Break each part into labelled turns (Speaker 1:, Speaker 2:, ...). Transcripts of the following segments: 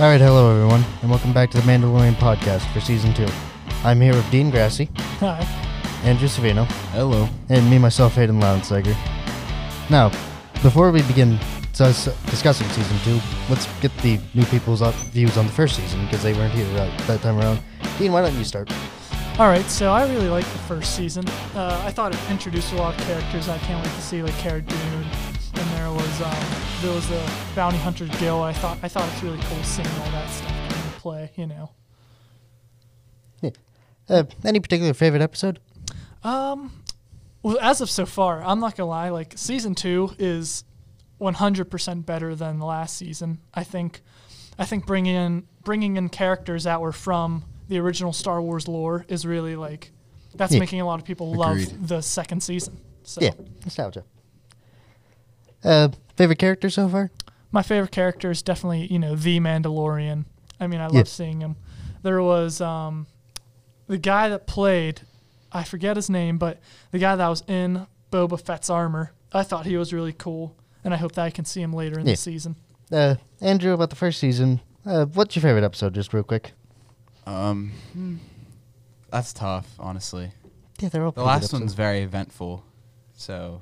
Speaker 1: All right, hello everyone, and welcome back to the Mandalorian podcast for season two. I'm here with Dean Grassy,
Speaker 2: Hi.
Speaker 1: Andrew Savino,
Speaker 3: Hello.
Speaker 1: and me myself, Hayden Lounsager. Now, before we begin sus- discussing season two, let's get the new people's up- views on the first season because they weren't here that, that time around. Dean, why don't you start?
Speaker 2: All right, so I really liked the first season. Uh, I thought it introduced a lot of characters. I can't wait to see like Cara Dune, and there was um, there was the bounty hunter Gil. I thought I thought it's really cool seeing all that stuff come into play. You know,
Speaker 1: Uh, any particular favorite episode?
Speaker 2: um, well, as of so far, I'm not gonna lie. Like season two is 100% better than the last season. I think I think bringing in bringing in characters that were from the original Star Wars lore is really like that's
Speaker 1: Yeah.
Speaker 2: making a lot of people
Speaker 3: Agreed.
Speaker 2: love the second season. So
Speaker 1: Yeah, nostalgia. Uh, favorite character so far?
Speaker 2: my favorite character is definitely you know the Mandalorian. I mean, I love
Speaker 1: Yeah.
Speaker 2: seeing him. There was um, the guy that played, I forget his name, but the guy that was in Boba Fett's armor. I thought he was really cool, and I hope that I can see him later in
Speaker 1: Yeah.
Speaker 2: the season.
Speaker 1: Uh, Andrew, about the first season, uh, what's your favorite episode, just real quick?
Speaker 3: Um, hmm, that's tough, honestly.
Speaker 1: Yeah, they're all
Speaker 3: The last one's very eventful, so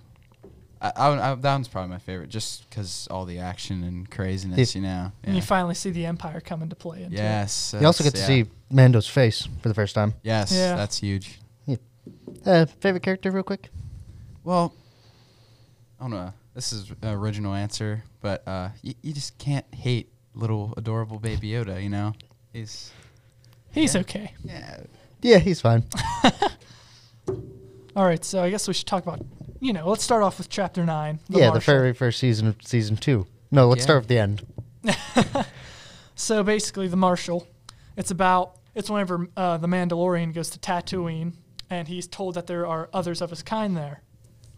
Speaker 3: I, I, would- I, that one's probably my favorite, just because all the action and craziness, you know.
Speaker 2: And you
Speaker 3: Yeah.
Speaker 2: finally see the Empire come into play. Into it.
Speaker 3: Yes.
Speaker 1: You also get
Speaker 3: that's-
Speaker 1: to
Speaker 3: yeah.
Speaker 1: see Mando's face for the first time.
Speaker 3: Yes,
Speaker 2: Yeah.
Speaker 3: that's huge.
Speaker 1: Uh, favorite character, real quick?
Speaker 3: Well, I don't know. This is an original answer, but uh, y- you just can't hate little adorable baby Yoda. You know, he's
Speaker 2: He's
Speaker 3: Yeah.
Speaker 2: okay.
Speaker 3: yeah.
Speaker 1: Yeah, he's fine.
Speaker 2: All right, so I guess we should talk about, you know, let's start off with Chapter 9.
Speaker 1: yeah, the
Speaker 2: Marshal.
Speaker 1: very first season of season two. No, let's
Speaker 3: Yeah.
Speaker 1: start with the end.
Speaker 2: So basically, the Marshal, it's about it's whenever uh, the Mandalorian goes to Tatooine, and he's told that there are others of his kind there,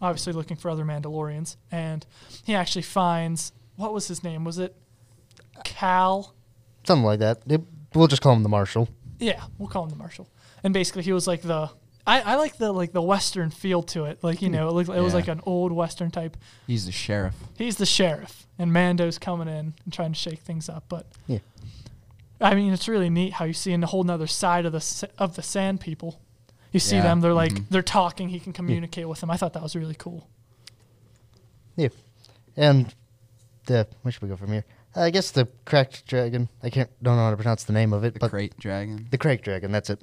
Speaker 2: obviously looking for other Mandalorians, and he actually finds what was his name? Was it Cal?
Speaker 1: Something like that. It- we'll just call him the Marshal.
Speaker 2: Yeah, we'll call him the Marshal. And basically, he was like the I, I like the like the Western feel to it, like you know, it, looked, it was
Speaker 3: Yeah.
Speaker 2: like an old Western type.
Speaker 3: He's the sheriff.
Speaker 2: He's the sheriff, and Mando's coming in and trying to shake things up, but
Speaker 1: Yeah.
Speaker 2: I mean, it's really neat how you see in a whole nother side of the s- of the Sand People. You see
Speaker 3: Yeah,
Speaker 2: them; they're like
Speaker 3: mhm.
Speaker 2: they're talking. He can communicate with them. I thought that was really cool.
Speaker 1: Yeah. And the where should we go from here? Uh, I guess the cracked dragon. I can't don't know how to pronounce the name of it,
Speaker 3: The
Speaker 1: but
Speaker 3: great dragon.
Speaker 1: the cracked dragon. That's it.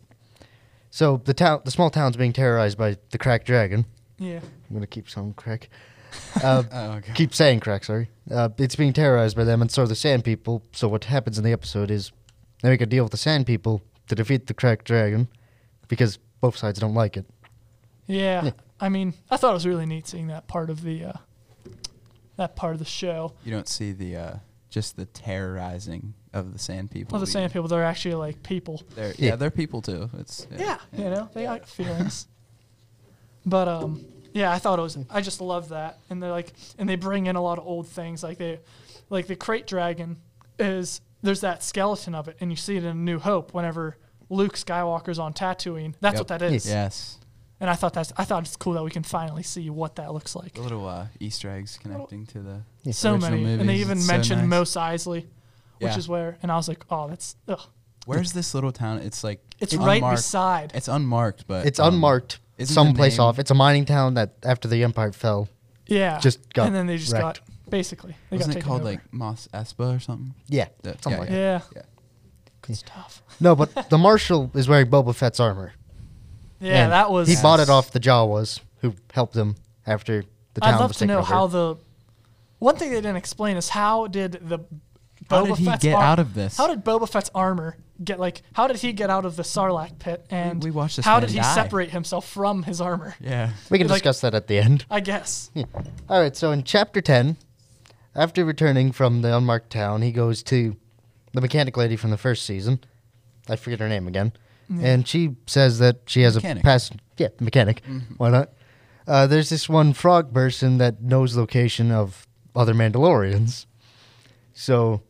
Speaker 1: So the town, the small town's being terrorized by the cracked dragon.
Speaker 2: Yeah,
Speaker 1: I'm gonna keep some crack. Uh,
Speaker 3: Oh, okay.
Speaker 1: keep saying crack, sorry. Uh, it's being terrorized by them, and so are the Sand People. So what happens in the episode is they make a deal with the Sand People to defeat the cracked dragon because both sides don't like it.
Speaker 2: yeah.
Speaker 1: Yeah.
Speaker 2: I mean, I thought it was really neat seeing that part of the uh, that part of the show.
Speaker 3: You don't see the uh, just the terrorizing of the sand people.
Speaker 2: Well, the
Speaker 3: You-
Speaker 2: Sand People, they're actually like people.
Speaker 3: They're,
Speaker 1: Yeah.
Speaker 3: yeah. they're people too. It's
Speaker 2: Yeah, you know, they got feelings. but um, yeah, I thought it was. I just love that, and they're like, and they bring in a lot of old things, like they, like the crate dragon is. There's that skeleton of it, and you see it in New Hope whenever Luke Skywalker's on Tatooine. That's
Speaker 3: Yep.
Speaker 2: what that is.
Speaker 3: Yes,
Speaker 2: And I thought that's. I thought it's cool that we can finally see what that looks like.
Speaker 3: the little uh, Easter eggs connecting to the
Speaker 1: Yeah.
Speaker 2: So
Speaker 3: original
Speaker 2: many,
Speaker 3: movies.
Speaker 2: and they even
Speaker 3: It's so
Speaker 2: mentioned
Speaker 3: nice.
Speaker 2: Mos Eisley, which
Speaker 3: Yeah.
Speaker 2: is where. And I was like, oh, that's. Ugh.
Speaker 3: Where's this little town? It's like
Speaker 2: It's right
Speaker 3: unmarked.
Speaker 2: beside.
Speaker 3: It's unmarked, but
Speaker 1: It's
Speaker 3: um,
Speaker 1: unmarked,
Speaker 3: isn't the
Speaker 1: someplace
Speaker 3: name-
Speaker 1: off. It's a mining town that after the Empire fell.
Speaker 2: yeah.
Speaker 1: just got
Speaker 2: and then they just
Speaker 1: wrecked.
Speaker 2: got basically. They
Speaker 3: Wasn't
Speaker 2: got
Speaker 3: it
Speaker 2: taken
Speaker 3: called
Speaker 2: over.
Speaker 3: like Mos Espa or something?
Speaker 1: Yeah,
Speaker 3: That-
Speaker 1: something like that.
Speaker 2: Yeah.
Speaker 3: Yeah.
Speaker 2: Good stuff.
Speaker 1: No, but the Marshal is wearing Boba Fett's armor.
Speaker 2: Yeah,
Speaker 1: and
Speaker 2: that was.
Speaker 1: He bought it
Speaker 3: Yes.
Speaker 1: off the Jawas who helped him after the town
Speaker 2: I'd love
Speaker 1: was
Speaker 2: to
Speaker 1: taken
Speaker 2: know
Speaker 1: over.
Speaker 2: how the. One thing they didn't explain is how did the.
Speaker 3: How did he get
Speaker 2: ar-
Speaker 3: out of this?
Speaker 2: How did Boba Fett's armor get like? How did he get out of the Sarlacc pit? And
Speaker 3: we watched this
Speaker 2: How
Speaker 3: man
Speaker 2: did he
Speaker 3: die.
Speaker 2: separate himself from his armor?
Speaker 3: Yeah.
Speaker 1: we can
Speaker 2: like-
Speaker 1: discuss that at the end.
Speaker 2: I guess.
Speaker 1: Yeah. All right, so in chapter 10, after returning from the unmarked town, he goes to the mechanic lady from the first season. I forget her name again. And she says that she has a
Speaker 3: Mechanic.
Speaker 1: pass. Yeah, mechanic. Why not? Uh, there's this one frog person that knows location of other Mandalorians. So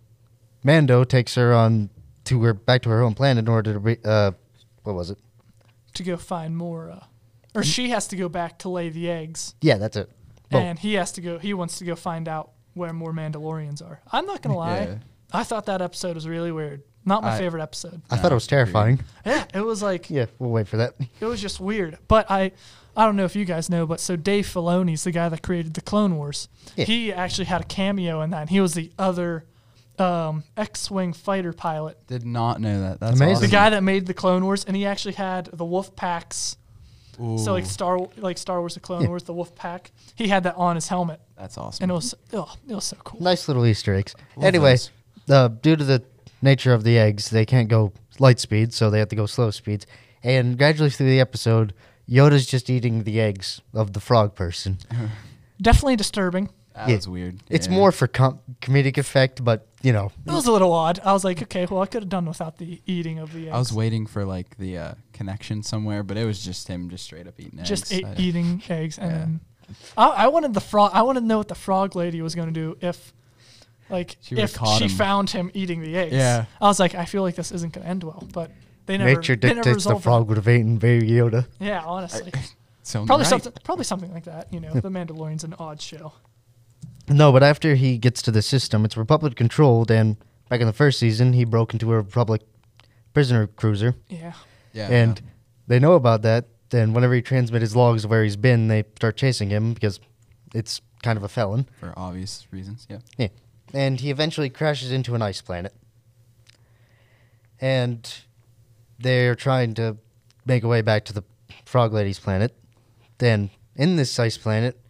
Speaker 1: Mando takes her on to her back to her home planet in order to re- uh, what was it?
Speaker 2: To go find more, uh, or
Speaker 3: Mm.
Speaker 2: she has to go back to lay the eggs,
Speaker 1: Yeah, that's it. Well,
Speaker 3: Oh.
Speaker 2: and he has to go. He wants to go find out where more Mandalorians are. I'm not gonna lie.
Speaker 3: Yeah.
Speaker 2: I thought that episode was really weird. Not my
Speaker 3: I-
Speaker 2: favorite episode.
Speaker 1: I thought it was terrifying.
Speaker 2: Yeah, it was like
Speaker 1: Yeah, we'll wait for that.
Speaker 2: it was just weird. But I, I don't know if you guys know, but so Dave Filoni's the guy that created the Clone Wars.
Speaker 1: Yeah.
Speaker 2: He actually had a cameo in that. And he was the other um, X-wing fighter pilot,
Speaker 3: Did not know that. That's
Speaker 1: Amazing.
Speaker 2: the
Speaker 1: Mhm.
Speaker 2: guy that made the Clone Wars, and he actually had the Wolf Packs.
Speaker 3: Ooh,
Speaker 2: So like Star, like Star Wars, the Clone
Speaker 1: Yeah.
Speaker 2: Wars, the Wolf Pack. He had that on his helmet,
Speaker 3: that's awesome.
Speaker 2: and it was oh, it was so cool.
Speaker 1: Nice little Easter eggs.
Speaker 3: Love
Speaker 1: anyway,
Speaker 3: those.
Speaker 1: uh, due to the nature of the eggs, they can't go light speed, so they have to go slow speeds. And gradually through the episode, Yoda's just eating the eggs of the frog person.
Speaker 2: Definitely disturbing.
Speaker 3: that
Speaker 1: yeah.
Speaker 3: was weird.
Speaker 1: It's
Speaker 3: Yeah.
Speaker 1: more for com- comedic effect, but you know,
Speaker 2: It was a little odd. I was like, okay, well, I could have done without the eating of the eggs.
Speaker 3: I was waiting for like the uh, connection somewhere, but it was just him just straight up eating
Speaker 2: just e-,
Speaker 3: eggs.
Speaker 2: ate,
Speaker 3: I-
Speaker 2: eating eggs, and
Speaker 3: yeah.
Speaker 2: then I, I wanted the frog. I wanted to know what the frog lady was going to do if, like,
Speaker 3: She would've
Speaker 2: if
Speaker 3: caught
Speaker 2: she
Speaker 3: him.
Speaker 2: found him eating the eggs.
Speaker 3: Yeah.
Speaker 2: I was like, I feel like this isn't going to end well, but they never.
Speaker 1: nature
Speaker 2: they never
Speaker 1: dictates the
Speaker 2: resolved it.
Speaker 1: frog would have eaten baby Yoda.
Speaker 2: Yeah, honestly,
Speaker 3: Sounds
Speaker 2: probably
Speaker 3: right.
Speaker 2: something. Probably something like that. You know, the Mandalorian's an odd show.
Speaker 1: No, but after he gets to the system, it's Republic controlled, and back in the first season, he broke into a Republic prisoner cruiser,
Speaker 2: Yeah.
Speaker 3: Yeah,
Speaker 1: and
Speaker 3: yeah.
Speaker 1: they know about that. Then whenever he transmits his logs of where he's been, they start chasing him because it's kind of a felon.
Speaker 3: for obvious reasons. Yeah.
Speaker 1: Yeah. And he eventually crashes into an ice planet. And they're trying to make a way back to the Frog Lady's planet. Then, in this ice planet,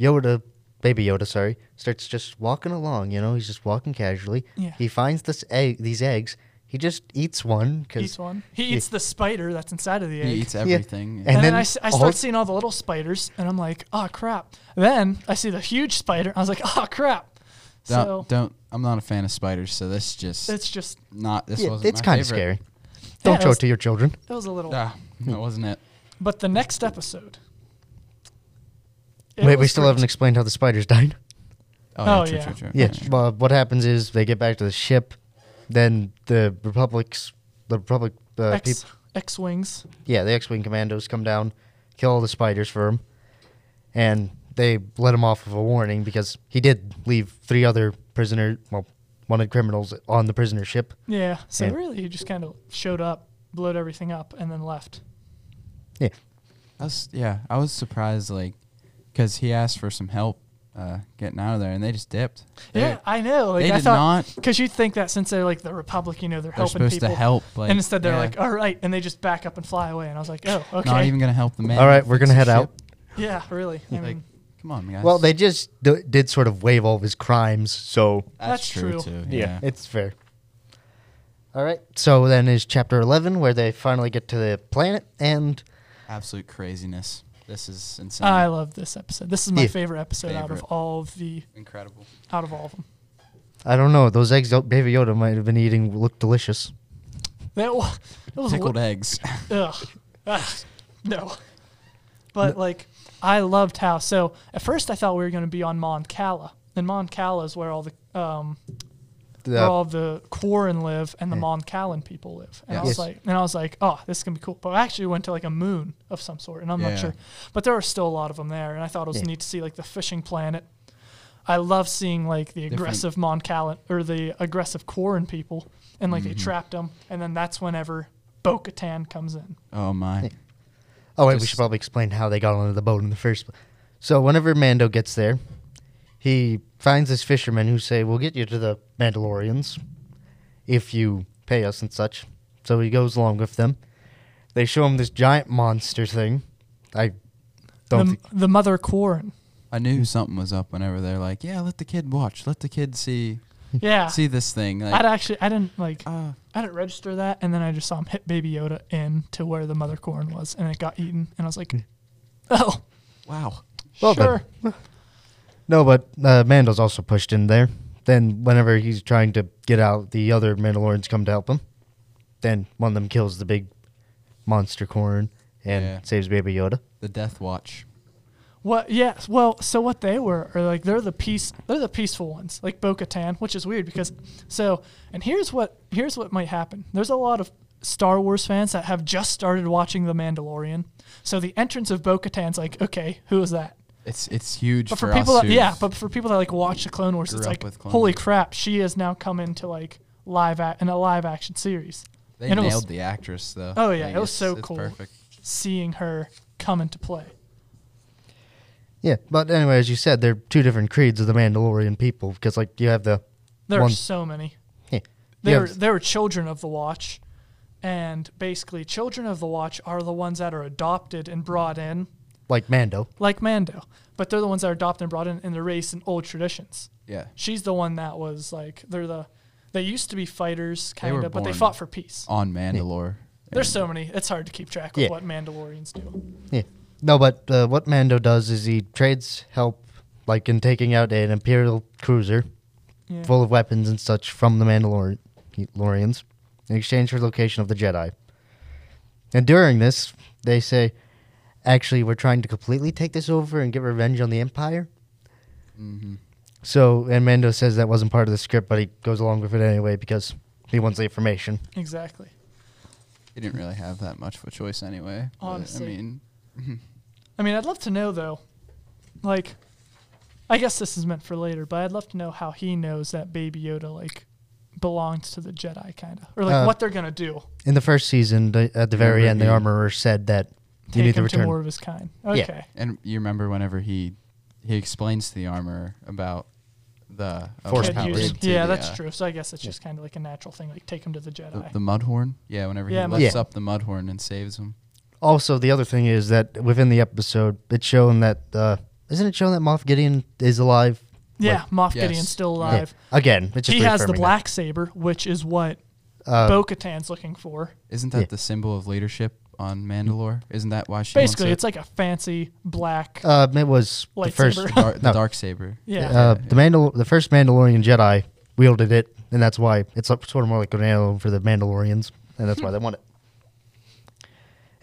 Speaker 1: Yoda, Baby Yoda, sorry, starts just walking along. You know, he's just walking casually.
Speaker 2: Yeah.
Speaker 1: He finds this egg, these eggs. He just eats one
Speaker 2: Eats
Speaker 1: because
Speaker 2: one. He
Speaker 1: Yeah.
Speaker 2: eats the spider that's inside of the egg.
Speaker 3: He eats everything.
Speaker 1: And
Speaker 2: And,
Speaker 1: then
Speaker 2: then, I s I I,
Speaker 1: all-
Speaker 2: start seeing all the little spiders, and I'm like, oh crap. Then I see the huge spider. I was like, oh crap.
Speaker 3: Don't,
Speaker 2: so
Speaker 3: don't. I'm not a fan of spiders, so this just
Speaker 2: it's just
Speaker 3: not. This wasn't.
Speaker 1: it's
Speaker 3: my
Speaker 1: kind of
Speaker 3: favorite.
Speaker 1: scary. Don't show
Speaker 2: that's-
Speaker 1: it to your children.
Speaker 2: it was a little.
Speaker 3: Ah,
Speaker 1: Hmm.
Speaker 3: that wasn't it.
Speaker 2: But the next episode. it
Speaker 1: Wait, we
Speaker 2: was
Speaker 1: still
Speaker 2: great.
Speaker 1: haven't explained how the spiders died.
Speaker 2: Oh,
Speaker 3: true,
Speaker 2: yeah.
Speaker 3: True, true,
Speaker 1: Yeah. Well, what happens is they get back to the ship, then the Republic's the Republic uh,
Speaker 2: X
Speaker 1: peop-
Speaker 2: X wings.
Speaker 1: yeah, the X-wing commandos come down, kill all the spiders for him, and they let him off with a warning because he did leave three other prisoner, well, wanted criminals on the prisoner ship.
Speaker 2: Yeah. So
Speaker 1: Yeah.
Speaker 2: really, he just kind of showed up, blowed everything up, and then left.
Speaker 1: Yeah,
Speaker 3: I was, yeah, I was surprised, like, because he asked for some help uh, getting out of there, and they just dipped. They-
Speaker 2: yeah, I know. Like
Speaker 3: they
Speaker 2: I
Speaker 3: did
Speaker 2: thought,
Speaker 3: not-
Speaker 2: because you think that since they're like the Republic, you know, they're,
Speaker 3: they're
Speaker 2: helping
Speaker 3: supposed
Speaker 2: people,
Speaker 3: to help. Like,
Speaker 2: and instead they're
Speaker 3: yeah,
Speaker 2: like, all right, and they just back up and fly away. And I was like, oh, okay.
Speaker 3: not even gonna help the man.
Speaker 1: All right, we're
Speaker 3: fix
Speaker 1: gonna
Speaker 3: the
Speaker 1: head out.
Speaker 3: ship.
Speaker 2: yeah, really. I
Speaker 3: Like,
Speaker 2: mean,
Speaker 3: come on, guys.
Speaker 1: well, they just d- did sort of waive all of his crimes, so
Speaker 2: That's true.
Speaker 3: too.
Speaker 1: yeah, it's fair. All right, so then is chapter eleven where they finally get to the planet and.
Speaker 3: absolute craziness. This is insane.
Speaker 2: I love this episode. This is my
Speaker 1: Yeah.
Speaker 2: favorite episode out of
Speaker 3: Favorite.
Speaker 2: all of the
Speaker 3: Incredible.
Speaker 2: out of all of them.
Speaker 1: I don't know. Those eggs Yo- Baby Yoda might have been eating looked delicious.
Speaker 2: That wa- it was
Speaker 3: Pickled eggs.
Speaker 2: Ugh. Ah, no. But like, I loved how. So at first, I thought we were going to be on Mon Cala, and Mon Cala is where all the um, where all the Quarren live and the
Speaker 1: Yeah.
Speaker 2: Mon Calan people live. And I
Speaker 3: Yes.
Speaker 2: was
Speaker 1: Yes.
Speaker 2: like, and I was like, oh, this is gonna be cool. But I actually went to like a moon of some sort, and I'm
Speaker 3: Yeah.
Speaker 2: not sure. But there were still a lot of them there, and I thought it was
Speaker 1: Yeah.
Speaker 2: neat to see like the fishing planet. I love seeing like the aggressive Mon Calan or the aggressive Quarren people, and like they trapped them, and then that's whenever Bo Katan comes in.
Speaker 3: Oh my.
Speaker 1: oh wait, we
Speaker 3: just-
Speaker 1: should probably explain how they got onto the boat in the first place. So whenever Mando gets there, he finds this fisherman who say, "We'll get you to the Mandalorians if you pay us and such." So he goes along with them. They show him this giant monster thing. I don't.
Speaker 2: the,
Speaker 1: thi-
Speaker 2: the mother Quarren.
Speaker 3: I knew something was up whenever they're like, "Yeah, let the kid watch. Let the kid see
Speaker 2: Yeah.
Speaker 3: see this thing." Like,
Speaker 2: I'd actually, Ah. I didn't like,
Speaker 3: ah,
Speaker 2: I didn't register that, and then I just saw him hit Baby Yoda in to where the mother corn was, and it got eaten, and I was like, oh,
Speaker 3: wow.
Speaker 1: Well done.
Speaker 2: sure.
Speaker 1: no, but uh, Mando's also pushed in there. Then whenever he's trying to get out, the other Mandalorians come to help him. Then one of them kills the big monster corn and
Speaker 3: Yeah.
Speaker 1: saves Baby Yoda.
Speaker 3: The Death Watch.
Speaker 2: What? Yes. Well, so what they were are like they're the peace, they're the peaceful ones, like Bo-Katan, which is weird because so. And here's what here's what might happen. There's a lot of Star Wars fans that have just started watching The Mandalorian, so the entrance of Bo-Katan's like, okay, who is that?
Speaker 3: It's it's huge
Speaker 2: But
Speaker 3: for,
Speaker 2: for, people,
Speaker 3: us.
Speaker 2: that,
Speaker 3: who-
Speaker 2: yeah, but for people that like watch the Clone Wars, it's
Speaker 3: Grew up
Speaker 2: like
Speaker 3: with Clone
Speaker 2: holy
Speaker 3: Wars.
Speaker 2: crap, she has now come into like live a- in a live action series.
Speaker 3: they
Speaker 2: and it
Speaker 3: nailed
Speaker 2: was-
Speaker 3: the actress though.
Speaker 2: Oh, yeah,
Speaker 3: Like,
Speaker 2: it was
Speaker 3: it's-
Speaker 2: so
Speaker 3: it's
Speaker 2: cool.
Speaker 3: Perfect.
Speaker 2: Seeing her come into play.
Speaker 1: Yeah, but anyway, as you said, they're two different creeds of the Mandalorian people because, like, you have the
Speaker 2: There
Speaker 1: One-
Speaker 2: are so many.
Speaker 1: Yeah.
Speaker 2: They
Speaker 1: Yeah.
Speaker 2: were they were children of the Watch, and basically, children of the Watch are the ones that are adopted and brought in,
Speaker 1: like Mando.
Speaker 2: like Mando. But they're the ones that are adopted and brought in, and they're raised in old traditions.
Speaker 3: Yeah.
Speaker 2: She's the one that was like they're the they used to be fighters,
Speaker 3: They were
Speaker 2: kind of, but they
Speaker 3: born-
Speaker 2: fought for peace.
Speaker 3: On Mandalore.
Speaker 2: There's so many; it's hard to keep track of
Speaker 1: Yeah.
Speaker 2: what Mandalorians do.
Speaker 1: Yeah. No, but uh, what Mando does is he trades help, like in taking out an Imperial cruiser
Speaker 2: Yeah.
Speaker 1: full of weapons and such from the Mandalorians in exchange for the location of the Jedi. And during this, they say, actually, we're trying to completely take this over and get revenge on the Empire.
Speaker 3: Mm-hmm.
Speaker 1: So, and Mando says that wasn't part of the script, but he goes along with it anyway because he wants the information.
Speaker 2: Exactly.
Speaker 3: He didn't really have that much of a choice anyway. but,
Speaker 2: Honestly.
Speaker 3: I mean,
Speaker 2: I mean, I'd love to know though. Like, I guess this is meant for later, but I'd love to know how he knows that Baby Yoda like belongs to the Jedi, kind of, or like
Speaker 1: Uh,
Speaker 2: what they're gonna do.
Speaker 1: In the first season, the, at the very
Speaker 3: Remember
Speaker 1: end, the
Speaker 3: he-
Speaker 1: armorer said that you
Speaker 2: Take
Speaker 1: need to
Speaker 2: him to
Speaker 1: return.
Speaker 2: more of his kind.
Speaker 1: Yeah.
Speaker 2: Okay.
Speaker 3: and you remember whenever he he explains to the armor about the uh,
Speaker 1: Force
Speaker 3: what
Speaker 2: Could
Speaker 1: powers.
Speaker 3: he
Speaker 2: use-
Speaker 3: did to
Speaker 2: Yeah,
Speaker 3: the,
Speaker 2: that's
Speaker 3: uh,
Speaker 2: true. So I guess it's
Speaker 1: Yeah.
Speaker 2: just kind of like a natural thing, like take him to the Jedi.
Speaker 3: The, the Mudhorn. Yeah, whenever
Speaker 2: Yeah,
Speaker 3: he
Speaker 2: Mud-
Speaker 3: lifts
Speaker 1: Yeah.
Speaker 3: up the Mudhorn and saves him.
Speaker 1: Also, the other thing is that within the episode, it's shown that uh, isn't it shown that Moff Gideon is alive?
Speaker 2: yeah, Moff
Speaker 3: Yes.
Speaker 2: Gideon's still
Speaker 3: Yeah.
Speaker 2: alive.
Speaker 1: Again, it's just
Speaker 2: He has the
Speaker 1: reaffirming
Speaker 2: black saber, which is what
Speaker 1: that. Uh,
Speaker 2: Bo Katan's looking for.
Speaker 3: Isn't that
Speaker 1: Yeah.
Speaker 3: the symbol of leadership on Mandalore? Isn't that why she
Speaker 2: Basically, it's like
Speaker 3: wants
Speaker 2: a fancy black.
Speaker 1: uh, it was the first.
Speaker 2: Lightsaber.
Speaker 3: it? Dar- the
Speaker 1: no.
Speaker 3: dark saber?
Speaker 2: yeah.
Speaker 1: Uh, the Mandal- the first Mandalorian Jedi wielded it, and that's why it's up- sort of more like an heirloom for the Mandalorians, and that's why they want it.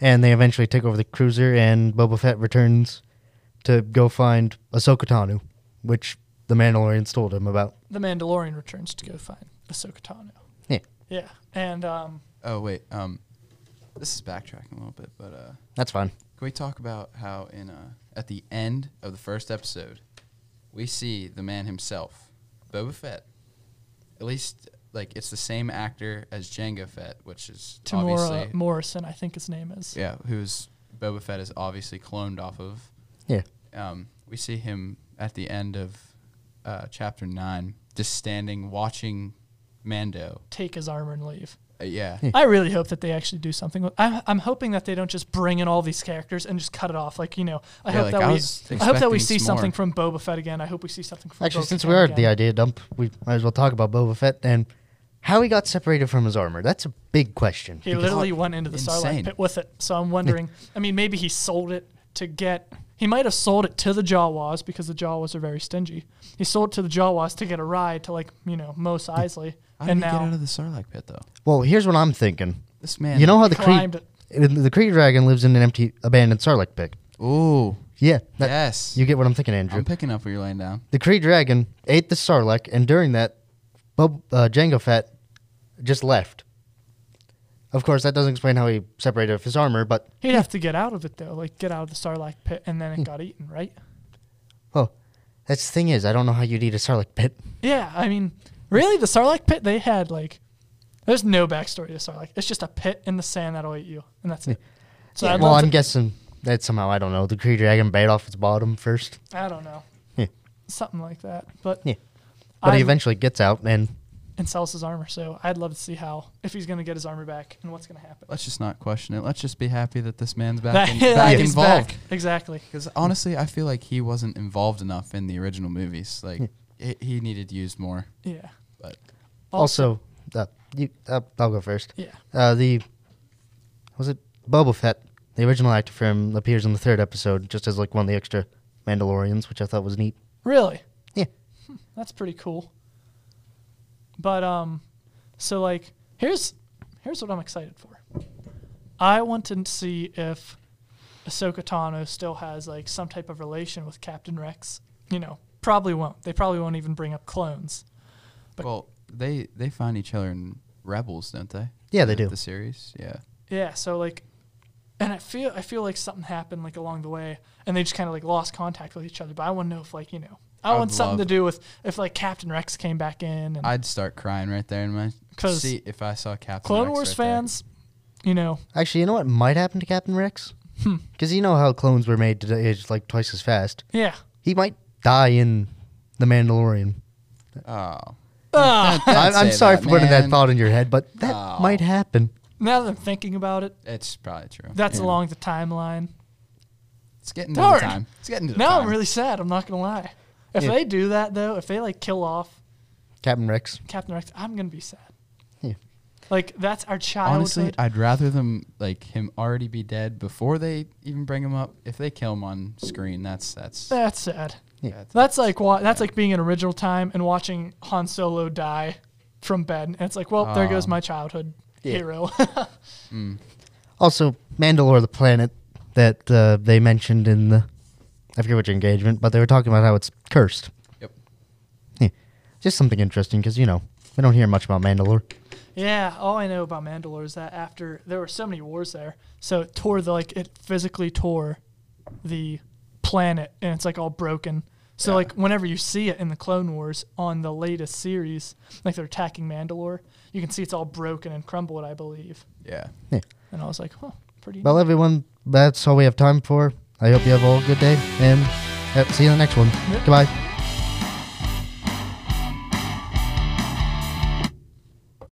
Speaker 1: And they eventually take over the cruiser, and Boba Fett returns to go find Ahsoka Tano, which the Mandalorians told him about.
Speaker 2: the Mandalorian returns to go find Ahsoka Tano.
Speaker 1: Yeah.
Speaker 2: Yeah, and um,
Speaker 3: Oh wait, um, this is backtracking a little bit, but uh,
Speaker 1: That's fine.
Speaker 3: can we talk about how in uh, at the end of the first episode, we see the man himself, Boba Fett. At least like it's the same actor as Jango Fett, which is obviously
Speaker 2: Tamora Morrison, I think his name is.
Speaker 3: yeah, who's Boba Fett is obviously cloned off of.
Speaker 1: Yeah.
Speaker 3: um, we see him at the end of uh, chapter nine, just standing watching Mando.
Speaker 2: Take his armor and leave.
Speaker 3: Uh, yeah,
Speaker 2: I really hope that they actually do something. With, I'm, I'm hoping that they don't just bring in all these characters and just cut it off. Like you know, I
Speaker 3: Yeah,
Speaker 2: hope
Speaker 3: like,
Speaker 2: that
Speaker 3: I
Speaker 2: we,
Speaker 3: was
Speaker 2: I hope that we
Speaker 3: expecting
Speaker 2: see
Speaker 3: some
Speaker 2: something
Speaker 3: more.
Speaker 2: from Boba Fett again. I hope we see something from.
Speaker 1: Actually,
Speaker 2: Bo
Speaker 1: since
Speaker 2: Katan
Speaker 1: we are at
Speaker 2: again.
Speaker 1: the idea dump, we might as well talk about Boba Fett and how he got separated from his armor. That's a big question.
Speaker 2: he
Speaker 1: because-
Speaker 2: literally went into the Starlight
Speaker 3: Insane.
Speaker 2: Pit with it. So I'm wondering. I mean, maybe he sold it to get. He might have sold it to the Jawas because the Jawas are very stingy. He sold it to the Jawas to get a ride to like you know Mos Eisley,
Speaker 3: how did
Speaker 2: and
Speaker 3: he get out
Speaker 2: now
Speaker 3: of the Sarlacc pit though?
Speaker 1: well, here's what I'm thinking.
Speaker 3: This man,
Speaker 1: You know how the
Speaker 2: climbed
Speaker 1: Kree, the Kree dragon lives in an empty, abandoned Sarlacc pit.
Speaker 3: Ooh,
Speaker 1: Yeah, that,
Speaker 3: yes,
Speaker 1: You get what I'm thinking, Andrew.
Speaker 3: I'm picking up what you're laying down.
Speaker 1: the Kree Dragon ate the Sarlacc, and during that, Bob, uh, Jango Fett just left. Of course, that doesn't explain how he separated off his armor, but
Speaker 2: he'd have to get out of it though, like get out of the Starlight Pit, and then it got eaten, right?
Speaker 1: oh, that's the thing is, I don't know how you'd eat a Sarlacc pit.
Speaker 2: Yeah, I mean, really, the Sarlacc pit they had like, there's no backstory to Sarlacc. It's just a pit in the sand that'll eat you, and that's it. So I'd
Speaker 1: well,
Speaker 2: love
Speaker 1: I'm
Speaker 2: to-
Speaker 1: guessing that somehow I don't know the Kree Dragon bit off its bottom first,
Speaker 2: I don't know,
Speaker 1: Yeah.
Speaker 2: something like that. But
Speaker 1: Yeah. but he
Speaker 2: I'm-
Speaker 1: eventually gets out, and
Speaker 2: and sells his armor. So I'd love to see how if he's gonna get his armor back and what's gonna happen.
Speaker 3: Let's just not question it. Let's just be happy that this man's back,
Speaker 2: That-
Speaker 3: in,
Speaker 2: that
Speaker 3: back
Speaker 2: he's back.
Speaker 3: involved.
Speaker 2: Exactly.
Speaker 3: Because honestly, I feel like he wasn't involved enough in the original movies. Like he, he needed used more.
Speaker 2: Yeah.
Speaker 3: But
Speaker 1: also, uh, you, uh, I'll go first.
Speaker 2: Yeah.
Speaker 1: Uh, the was it Boba Fett, the original actor for him, appears in the third episode just as like one of the extra Mandalorians, which I thought was neat.
Speaker 2: Really? Hmm,
Speaker 1: Yeah.
Speaker 2: That's pretty cool. But um, so like here's here's what I'm excited for. I want to see if Ahsoka Tano still has like some type of relation with Captain Rex. You know, probably won't. They probably won't even bring up clones. But-
Speaker 3: well, they they find each other in Rebels, don't they?
Speaker 1: Yeah, they
Speaker 3: The-
Speaker 1: do.
Speaker 3: The series, yeah.
Speaker 2: Yeah, so like and I feel I feel like something happened like along the way, and they just kind of like lost contact with each other. But I want to know if like you know, I,
Speaker 3: I
Speaker 2: want
Speaker 3: would
Speaker 2: something to
Speaker 3: love-
Speaker 2: do with if like Captain Rex came back in and
Speaker 3: I'd start crying right there in my
Speaker 2: 'Cause
Speaker 3: see if I saw Captain
Speaker 2: Clone
Speaker 3: Rex
Speaker 2: Wars
Speaker 3: right there.
Speaker 2: fans, you know,
Speaker 1: Actually, you know what might happen to Captain Rex? Because you know how clones were made to age like twice as fast.
Speaker 2: yeah.
Speaker 1: He might die in The Mandalorian.
Speaker 3: Oh,
Speaker 2: Ah,
Speaker 1: I,
Speaker 3: Don't
Speaker 1: I'm
Speaker 3: say
Speaker 1: sorry
Speaker 3: that,
Speaker 1: for putting that
Speaker 3: man.
Speaker 1: thought in your head, but that
Speaker 3: Oh.
Speaker 1: might happen.
Speaker 2: now that I'm thinking about it,
Speaker 3: it's probably true.
Speaker 2: that's
Speaker 3: Yeah.
Speaker 2: along the timeline.
Speaker 3: It's getting to the
Speaker 2: Darn.
Speaker 3: time. It's getting to the
Speaker 2: Now
Speaker 3: time.
Speaker 2: I'm really sad. I'm not gonna lie. If
Speaker 1: Yeah.
Speaker 2: they do that though, if they like kill off
Speaker 1: Captain Rex.
Speaker 2: Captain Rex, I'm gonna be sad.
Speaker 1: Yeah.
Speaker 2: Like that's our childhood.
Speaker 3: honestly. I'd rather them like him already be dead before they even bring him up. If they kill him on screen, that's that's.
Speaker 2: that's sad.
Speaker 3: that's
Speaker 2: That's like wa- that's like being in original time and watching Han Solo die from bed, and it's like, well, there goes
Speaker 3: Um,
Speaker 2: my childhood
Speaker 1: yeah.
Speaker 2: hero.
Speaker 1: Also, Mandalore, the planet that uh, they mentioned in the, I forget which engagement, but they were talking about how it's cursed.
Speaker 3: yep.
Speaker 1: Yeah. Just something interesting because, you know, we don't hear much about Mandalore.
Speaker 2: yeah, all I know about Mandalore is that after there were so many wars there, so it tore the like it physically tore the planet, and it's like all broken. So
Speaker 3: Yeah.
Speaker 2: like whenever you see it in the Clone Wars on the latest series, like they're attacking Mandalore, you can see it's all broken and crumbled, I believe.
Speaker 3: Yeah.
Speaker 2: And I was like, huh, pretty.
Speaker 1: Well, everyone, that's all we have time for. I hope you have all a good day, and uh, see you in the next one.
Speaker 2: Yep.
Speaker 1: Goodbye.